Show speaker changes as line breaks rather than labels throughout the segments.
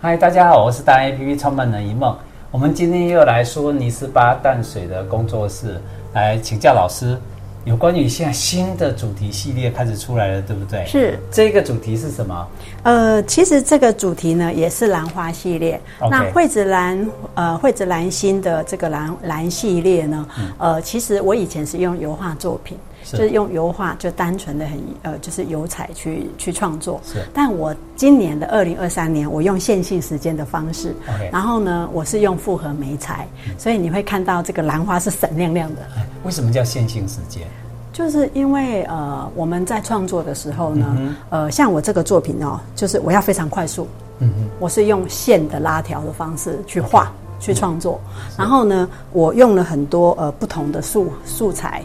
嗨，大家好，我是达人 APP 创办人一梦。我们今天又来说尼斯巴淡水的工作室，来请教老师有关于现在新的主题系列开始出来了，对不对？
是，
这个主题是什么？
呃，其实这个主题呢也是兰花系列。
OK
那惠子兰，呃，惠子兰心的这个兰兰系列呢，呃，其实我以前是用油画作品，
嗯是
就是用油画，就单纯的很呃，就是油彩去去创作。
是
但我今年的二零二三年，我用线性时间的方式
OK 嗯
然后呢，我是用复合媒材，所以你会看到这个兰花是闪亮亮的。
为什么叫线性时间？
就是因为呃，我们在创作的时候呢，呃，像我这个作品哦，就是我要非常快速，
嗯哼，
我是用线的拉条的方式去画、去创作，
嗯
然后呢，我用了很多呃不同的素素材。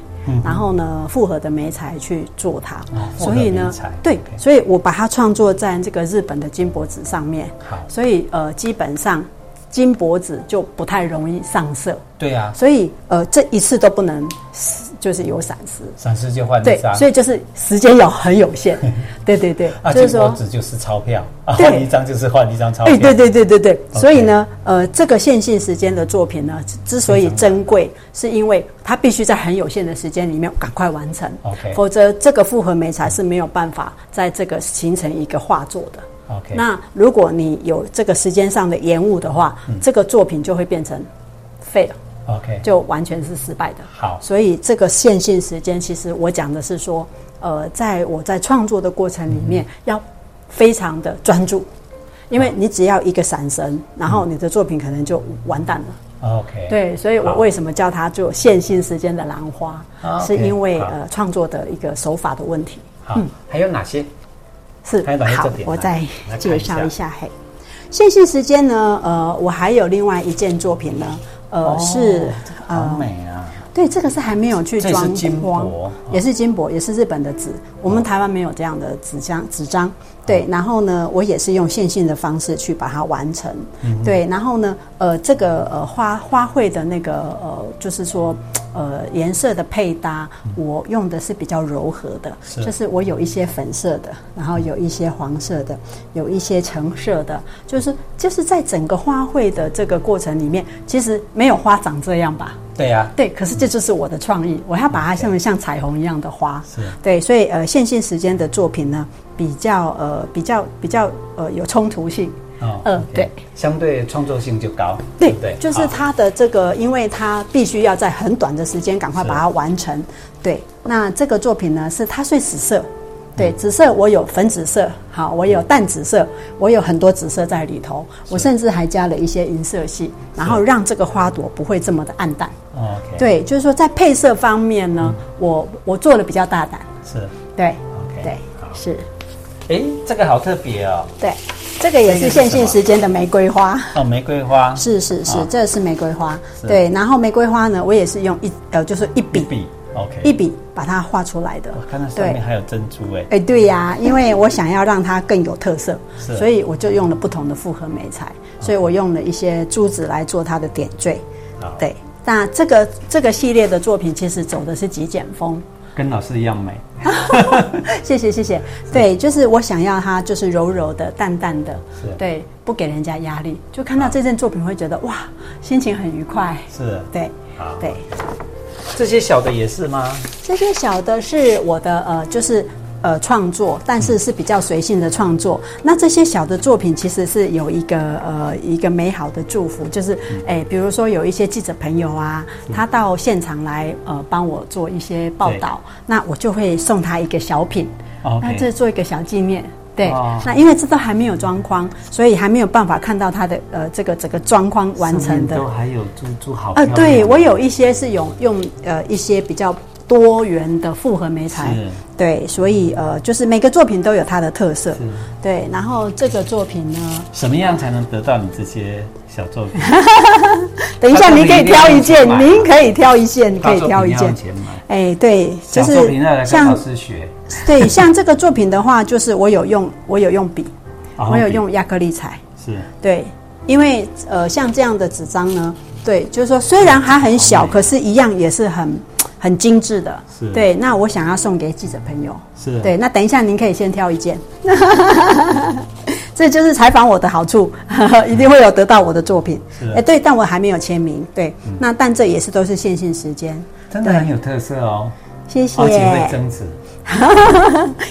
然后呢，复合的媒材去做它，
哦嗯复合
所以呢
媒材，
对
OK
所以我把它创作在这个日本的金箔纸上面，
好
所以呃，基本上金箔纸就不太容易上色，
对啊，
所以呃，这一次都不能失就是有闪失，
闪失就换一
对，
张，
所以就是时间有很 有限，对对对，
啊，
就是
金箔
说，
纸就是钞票啊，
对
换一张就是换一张钞票。
哎，对对对对对，
OK
所以呢，呃，这个线性时间的作品呢，之之所以珍贵，是因为它必须在很有限的时间里面赶快完成
OK
否则这个复合媒材是没有办法在这个形成一个画作的。
，OK，
那如果你有这个时间上的延误的话，
嗯
这个作品就会变成废了。
OK，
就完全是失败的。
好
所以这个线性时间，其实我讲的是说，呃，在我在创作的过程里面，
嗯
要非常的专注，因为你只要一个闪神，然后你的作品可能就完蛋了。
OK，
对，所以我
好
为什么叫它就线性时间的兰花
啊，
是
OK，
因为
好
呃创作的一个手法的问题。
好，还有哪些？
是
还有哪些
好
重，点呢
我再
来看一
介
下
绍一下嘿。线性时间呢，呃，我还有另外一件作品呢，呃，
哦
是呃
好美啊，
对，这个是还没有去
这是
装
金
光
箔哦
也是金箔，也是日本的纸。我们台湾没有这样的纸张，纸
哦
张对。然后呢，我也是用线性的方式去把它完成，
嗯
对。然后呢，呃，这个呃花花卉的那个呃，就是说呃颜色的配搭，我用的是比较柔和的，
嗯是
就是我有一些粉色的，然后有一些黄色的，有一些橙色的，就是就是在整个花卉的这个过程里面，其实没有花长这样吧。
对啊呀，
对，可是这就是我的创意，我要把它像像彩虹一样的花。
是
对，所以呃，线性时间的作品呢，比较呃，比较比较呃，有冲突性。
哦
嗯
OK
对，
相对创作性就高，
对
不对，
就是
好
它的这个，因为它必须要在很短的时间赶快把它完成。对，那这个作品呢，是它最紫色。
嗯
对，紫色我有粉紫色，好，我有淡紫色，我有很多紫色在里头，我甚至还加了一些银色系，然后让这个花朵不会这么的暗淡。
OK，，
对，就是说在配色方面呢，
嗯
我我做的比较大胆，
是
对
OK，
对
好，
是，
哎，这个好特别哦，
对，这个也
这个
是
是什
线性
么
时间的玫瑰花，
哦，玫瑰花
是是是
啊，
这是玫瑰花，
是
对，然后玫瑰花呢，我也是用一呃，就是一
一
笔
笔，OK，
一笔把它画出来的
我看到，上面
对。
还有珍珠哎，
哎，对呀、因为我想要让它更有特色，
是
所以我就用了不同的复合媒材，所以我用了一些珠子来做它的点缀
好。
对，那这个这个系列的作品其实走的是极简风，
跟老师一样美，
谢谢谢谢，
嗯
对，就是我想要它就是柔柔的、淡淡的
是，
对，不给人家压力，就看到这件作品会觉得哇，心情很愉快，
是
对
好，
对。
这些小的也是吗？
这些小的是我的呃，就是呃创作，但是是比较随性的创作。那这些小的作品其实是有一个呃一个美好的祝福，就是
嗯
哎、比如说有一些记者朋友啊，他到现场来呃帮我做一些报道，那我就会送他一个小品
OK
那这做一个小纪念。对
哦
那因为这都还没有装框，所以还没有办法看到它的呃这个整个装框完成
上面
的
都还有珠珠，好漂
呃，
亮
对我有一些是用用呃一些比较多元的复合媒材
是，
对，所以呃就是每个作品都有它的特色
是，
对。然后这个作品呢，
什么样才能得到你这些小作品？
等一下
它
你可以挑一件
它，可以
您可以挑一件，你可
大
以
啊作
挑
品
一
要
件
用。钱买，
哎，对，
小
就
作
是
品要来跟老
像
师学，
对像这个作品的话，就是我有用我有用 笔，
然后
我有
比
用亚克力彩，
是
对，因为呃，像这样的纸张呢，对，就是说虽然它很小，可是一样也是很很精致的
是。
对，那我想要送给记者朋友。
是
对，那等一下您可以先挑一件。所以就是采访我的好处， 一定会有得到我的作品。
是嗯啊
哎，对，但我还没有签名。对，那但这也是都是限性时间。
真的很有特色哦，
谢谢
而，且会增值。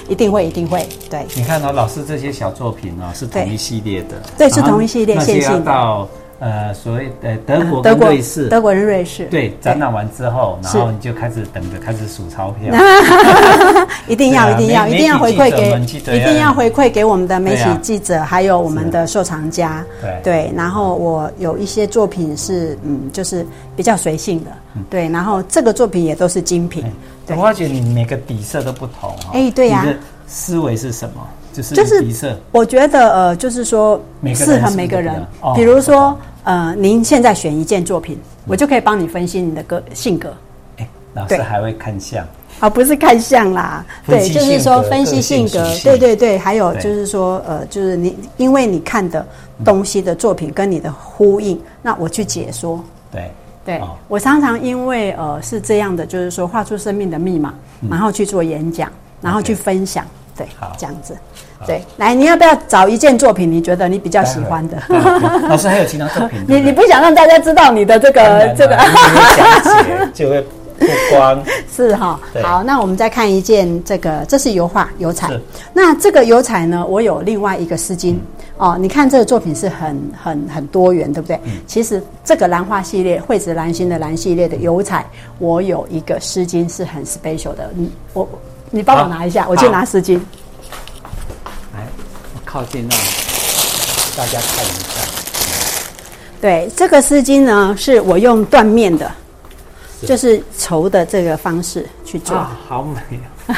一定会，一定会。对，
你看哦，老师这些小作品哦，是同一系列的，
对对是
然后
同一系列
那些
线性
要
的
到呃所谓呃德国
德
跟
国
瑞士，
德国人瑞士，
对展览完之后，然
是啊
后你就开始等着开始数钞票，
一定要，
对啊
一定要，
媒
一定要
媒
回
体记
馈
者
给
们记，者
一
要
定要回馈给我们的媒体
对啊啊
记者，还有我们的收藏家。
对
对，然后我有一些作品是，嗯，就是比较随性的，
嗯
对，然后这个作品也都是精品，对
我发觉你每个底色都不同哦。
哎对呀
你的思维是什么？就是
就是
底色，
我觉得呃，就是说
每个人
适合
是
每
不
个
一
人
样。哦
比如
我嗯
说呃，您现在选一件作品，我就可以帮你分析你的个性格。
哎，老
对
师还会看相，
啊，不是看相啦，
分
对，
析
就是
性
说
格
分析
个性
性格
属，性
对对对，还有
对
就是说，呃，就是你因为你看的东西的作品跟你的呼应，那我去解说。
对
对、
哦
我常常因为呃是这样的，就是说画出生命的密码，然后去做演讲，然后去分享，对
嗯好，
这样子。对，来，你要不要找一件作品？你觉得你比较喜欢的？
当然啊老师还有其他作品，
你
对
你
对
不想让大家知道你的这
当然
个
了
这个
因为有讲解就会曝光，
是哈
对，
好，那我们再看一件这个，这是油画油彩
是。
那这个油彩呢，我有另外一个丝巾、哦。你看这个作品是很很很多元，对不对？
嗯
其实这个兰花系列，惠子兰心的兰系列的油彩，我有一个丝巾是很 special 的。你我你帮我
好
拿一下，我去
好
拿丝巾。
来，我靠近让大家看一下，
对，这个丝巾呢，是我用缎面的，就是绸的这个方式去做。
啊，好美哦！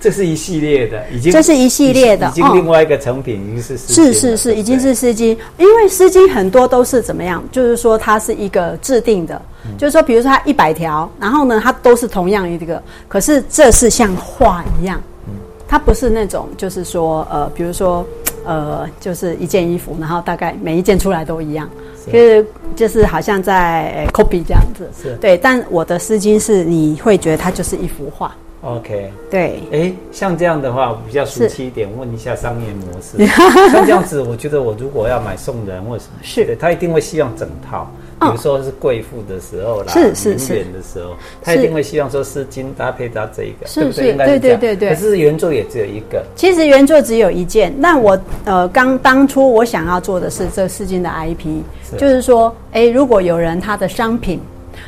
这是一系列的，已经
这是一系列的
已经
哦
另外一个成品，已经是丝巾
是
了
是是，
对不
已经
对
是丝巾，因为丝巾很多都是怎么样，就是说它是一个制定的，
嗯
就是说比如说它一百条，然后呢它都是同样一个，可是这是像画一样，
嗯
它不是那种就是说呃，比如说呃，就是一件衣服，然后大概每一件出来都一样，
是
就是就是好像在呃 copy 这样子，
是
对，但我的丝巾是你会觉得它就是一幅画，
OK。
对，
哎，像这样的话我比较熟
是
悉一点，问一下商业模式。 像这样子，我觉得我如果要买送人或什么，
是
对他一定会希望整套。比
嗯
如说是贵妇的时候啦，
是是是
名媛的时候，他一定会希望说丝巾搭配到这一个，
是
对不
是
对？应该是这样
对对对对
可是原作也只有一个，
其实原作只有一件，那我呃刚当初我想要做的是这四件的 IP，
是
就是说，哎，如果有人他的商品，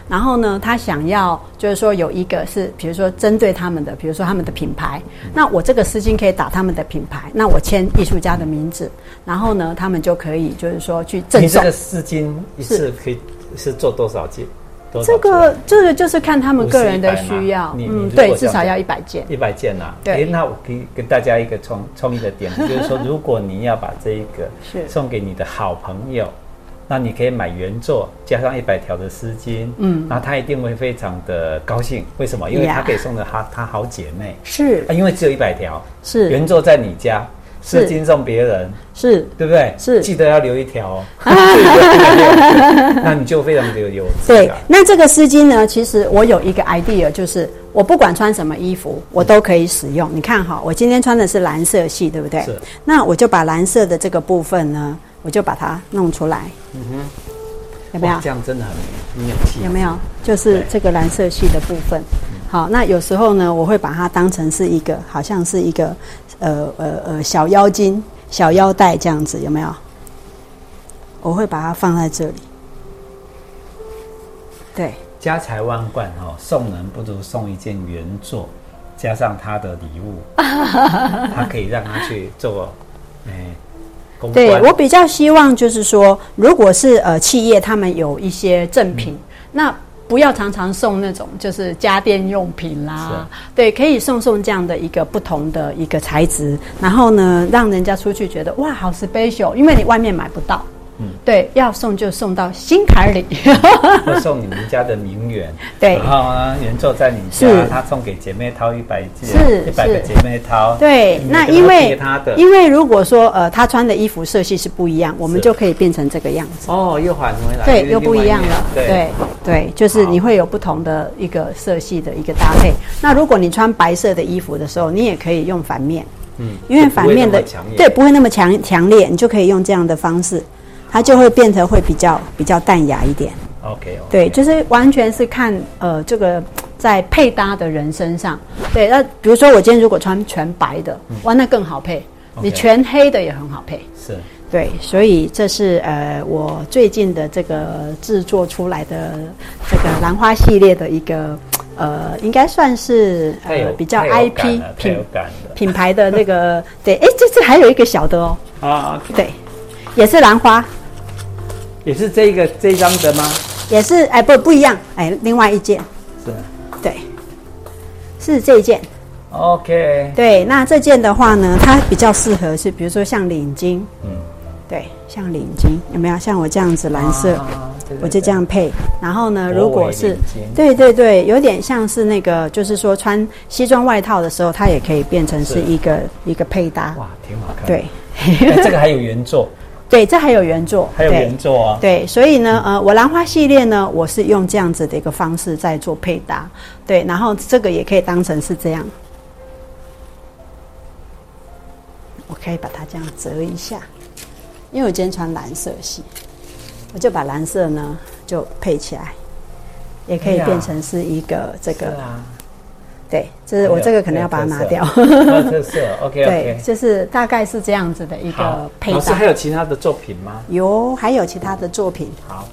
然后呢，他想要就是说有一个是，比如说针对他们的，比如说他们的品牌，那我这个丝巾可以打他们的品牌，那我签艺术家的名字，然后呢，他们就可以就是说去赠
你这
送
个。丝巾一次可以是做多少件？多少
这个这个就是看他们
50
个人的
100嘛
需要
啊你，你
嗯，
如
对，
果这
至
样
少
子
要一百件。
一百件呐、啊。
对
诶那我给给大家一个创创意的点， 就是说，如果你要把这一个
是
送给你的好朋友，那你可以买原作加上一百条的丝巾，嗯，然后他一定会非常的高兴。为什么？因为
呀
他可以送给他他好姐妹，
是
啊，因为只有一百条，
是
原作在你家，丝
是
巾送别人，
是，
对不对？
是
记得要留一条 哦， 那你就非常的有质
对
感。，
那这个丝巾呢，其实我有一个 idea，就是我不管穿什么衣服，我都可以使用。你看哈，我今天穿的是蓝色系，对不对
是？
那我就把蓝色的这个部分呢，我就把它弄出来。嗯哼，有没有
哇？这样真的很很有气。
有没有？就是这个蓝色系的部分。好，那有时候呢，我会把它当成是一个，好像是一个，呃呃呃，小妖精、小腰带这样子，有没有？我会把它放在这里。对。
家财万贯哦，送人不如送一件原作，加上他的礼 物，他可以让他去做，哎、公
对
关。
我比较希望就是说，如果是呃企业他们有一些赠品，
嗯
那不要常常送那种就是家电用品
是
啦
啊，
对，可以送送这样的一个不同的一个材质，然后呢，让人家出去觉得哇好 special，因为你外面买不到。
嗯
对，要送就送到心 坎里。
或 送你们家的名媛，
对
然后呢，原作在你家
是，
他送给姐妹掏一百件，
是
一百个
是
姐妹掏，
对，
每个
那
都
因为
贴他的，
因为如果说呃他穿的衣服色系是不一样，我们
是
就可以变成这个样子。
哦，又还回来，
对，
是
又不
另外
一样了。
面
对对，就是
好
你会有不同的一个色系的一个搭配。那如果你穿白色的衣服的时候，你也可以用反面，嗯，因为反面的
就不会那么强烈
对不会那么强强烈，你就可以用这样的方式，它就会变得会比较比较淡雅一点。
OK，, o
对，就是完全是看呃这个在配搭的人身上。对，那比如说我今天如果穿全白的，哇，那更好配。你
OK
全黑的也很好配。
是
对，所以这是呃我最近的这个制作出来的这个兰花系列的一个呃，应该算是
太有
呃比较
太有感
IP
了太有
品
感了
品牌的那个对，哎，这次还有一个小的哦，
啊，
对，也是兰花，
也是这个这一张的吗？
也是哎不不一样哎，另外一件
是
对，是这一件。
OK，
对，那这件的话呢，它比较适合是，比如说像领巾，嗯，对，像领巾有没有？像我这样子蓝色，
啊对对
我就这样配。然后呢，如果是
领巾
对对对，有点像是那个，就是说穿西装外套的时候，它也可以变成是一个一个配搭
对。哇，挺好看。
对，
哎，这个还有原作，
对，这还有原作，
还有
对
原作啊。
对，所以呢，呃，我兰花系列呢，我是用这样子的一个方式在做配搭，对，然后这个也可以当成是这样，我可以把它这样折一下，因为我今天穿蓝色系，我就把蓝色呢就配起来，也可以
哎呀
变成是一个这个，
是啊，哎
对，这是我这个可能要把它拿 掉，
有 特色。OK 哦
对
OK，，
就是大概是这样子的一个配
老师还
搭。
有其他的作品吗？
有，还有其他的作品，
好，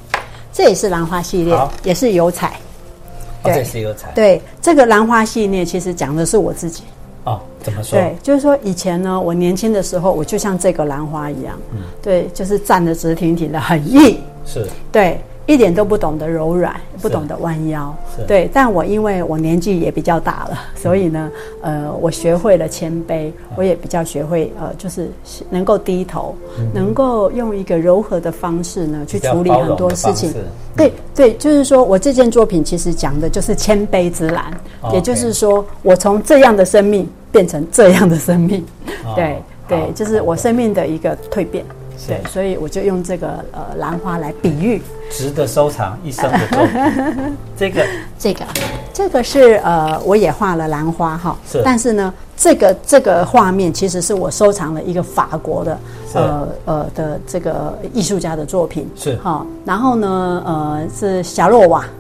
这也是兰花系列
好，
也是油彩。
哦，
对
这是一个彩
对，这个兰花系列其实讲的是我自己。
哦，怎么说？
对，就是说以前呢，我年轻的时候，我就像这个兰花一样，
嗯
对，就是站得直挺挺的，很硬，
是
对，一点都不懂得柔软，不懂得弯腰
是，嗯
对。但我因为我年纪也比较大了，所以呢，呃，我学会了谦卑，我也比较学会呃，就是能够低头，能够用一个柔和的方式呢去
嗯比较
处理
包容
很多
的
事
方
情
式。
对对，就是说我这件作品其实讲的就是谦卑之蓝，
哦
也就是说我从这样的生命变成这样的生命，
哦
对
好
对，就是我生命的一个蜕变。
是
对，所以我就用这个呃兰花来比喻
值得收藏一生的作品。 这个
这个，啊这个是呃，我也画了兰花哈，
是
但是呢，这个这个画面其实是我收藏了一个法国的
是
呃呃的这个艺术家的作品
是
哈、然后呢呃是夏洛瓦。
啊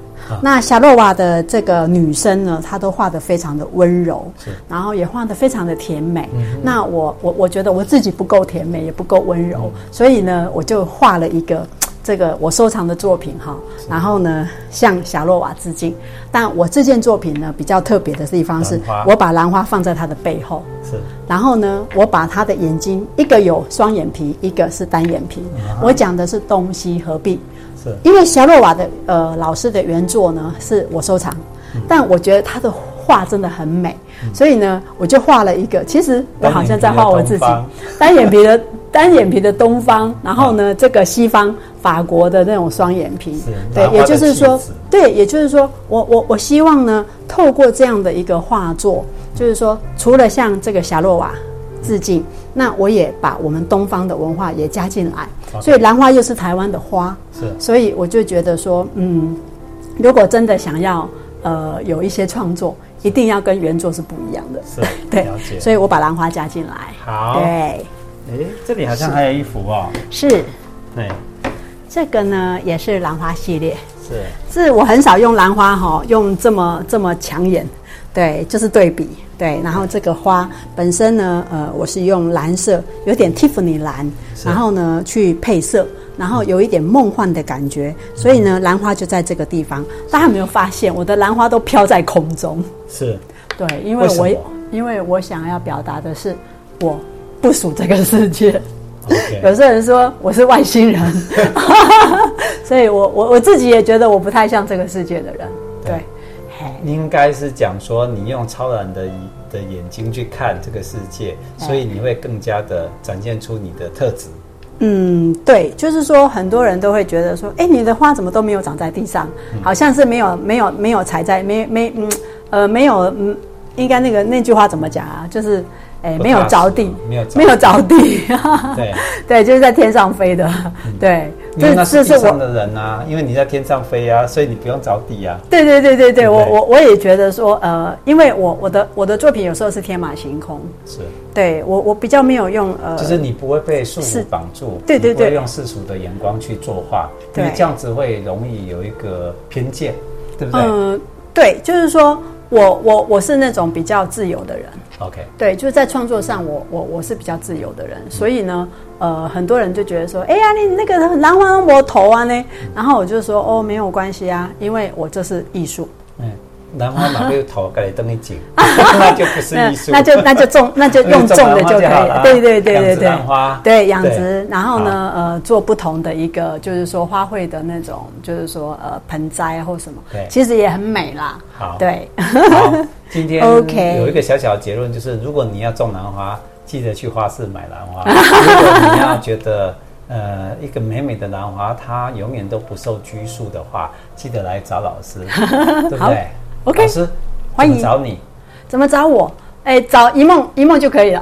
那夏洛瓦的这个女生呢，她都画得非常的温柔
是，嗯
然后也画得非常的甜美。那我我我觉得我自己不够甜美，也不够温柔，
嗯
所以呢，我就画了一个这个我收藏的作品哈，然后呢向夏洛瓦致敬。但我这件作品呢比较特别的地方是
兰花，
我把兰花放在她的背后，
是
然后呢，我把他的眼睛，一个有双眼皮，一个是单眼皮。我讲的是东西合璧，
是
因为夏洛瓦的呃老师的原作呢是我收藏，
嗯
但我觉得他的画真的很美，所以呢，我就画了一个，其实我好像在画我自己 单眼皮的单眼皮的东方，然后呢，这个西方法国的那种双眼皮
是，
对
兰，花
也
的
就是说
气质。
对，也就是说，我我我希望呢，透过这样的一个画作，就是说，除了向这个夏洛瓦致敬，那我也把我们东方的文化也加进来。
OK
所以兰花又是台湾的花，
是
所以我就觉得说，嗯，如果真的想要呃有一些创作，一定要跟原作是不一样的。
是
对
了，解
所以我把兰花加进来。
好。
对，
哎，这里好像还有一幅哦。
是
对，
这个呢，也是兰花系列。
是
是我很少用兰花哈、用这么这么抢眼，对，就是对比，对。然后这个花本身呢，呃，我是用蓝色，有点 Tiffany 蓝，然后呢去配色，然后有一点梦幻的感觉，所以呢，兰花就在这个地方。大家有没有发现，我的兰花都飘在空中？
是
对，因为我
为什么
因为我想要表达的是，我不属这个世界。有
，OK，
些人说我是外星人， 所以我我我自己也觉得我不太像这个世界的人。对，嘿
应该是讲说你用超然的的眼睛去看这个世界，
哎
所以你会更加的展现出你的特质。
嗯，对，就是说很多人都会觉得说，哎，你的花怎么都没有长在地上，
嗯
好像是没有没有没有踩在没没嗯呃没有嗯，应该那个那句话怎么讲啊？就是哎
不
没有
踏
着
实
地，
没有着
没有着地，
对，
对，就是在天上飞的，对，
因为那是
这
地
这是我
上的人啊，因为你在天上飞啊，所以你不用找底啊。
对对对对对，我
对
我我也觉得说，呃，因为我我的我的作品有时候是天马行空，
是，
对我我比较没有用呃，
就是你不会被束缚
是
绑住，
对对
你不会
对
用世俗的眼光去作画，因
对
为这样子会容易有一个偏见，对不对、
嗯，对，就是说我我我是那种比较自由的人，
o k
对，就是在创作上我，我我是比较自由的人，所以呢，呃，很多人就觉得说，哎呀，你那个狼王我头啊呢，然后我就说，哦，没有关系啊，因为我这是艺术，
嗯，南方马被头盖来灯一 紧，那就不是
那
艺术，
那就那就种那
哎
就用种的就可以了，对对对对对
啊兰。 花
对养殖，然后呢，呃，做不同的一个，就是说花卉的那种，就是说呃盆栽或什么
对，
其实也很美啦。
好，
对，
好，今天
OK
有一个小小的结论，就是如果你要种兰花，记得去花市买兰 花。如果你要觉得呃一个美美的兰花，它永远都不受拘束的话，记得来找老 师，对不
好
对
OK，
老师
欢迎
怎么找 你，
怎么找我？哎，找一梦一梦就可以了。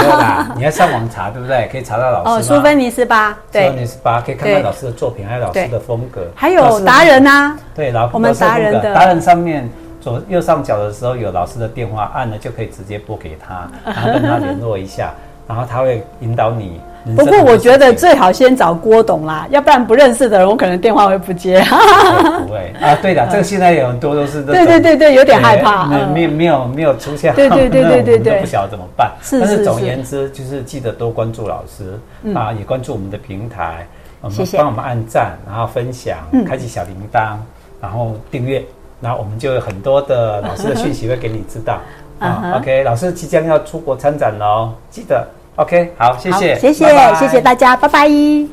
没有啦，你要上网查，对不对？可以查到老
哦，
师吗
苏芬尼斯吧？对，
你是八，可以看看
对
老师的作品，还有老师
对
的风格，
还
老
有
师的
达人啊呐、
对，老
我们
老师的
达人
风格
的
达人上面左右上角的时候有老师的电话，按了就可以直接拨给 他，然后跟他联络一下，然后他会引导你。人
不
生
过
很多
我觉得
事情
最好先找郭董啦，要不然不认识的人，我可能电话会不接。
不会啊，对的，这个现在有很多都是这种
对对对对，有点害怕。
没哎没
嗯
有没有没有出现，
对对对
那我们
对对对
都不晓得怎么办。
是
但是
是
总
是嗯
言之，就是记得多关注老师啊，也关注我们的平台，我们
谢谢嗯
帮我们按赞，然后分享，开启小铃铛，然后订阅，然后我们就有很多的老师的讯息会给你知道。
嗯哼
啊，OK，老师即将要出国参展喽，记得。OK，好，谢
嗯好
谢，
谢谢
拜拜
谢谢大家，拜拜。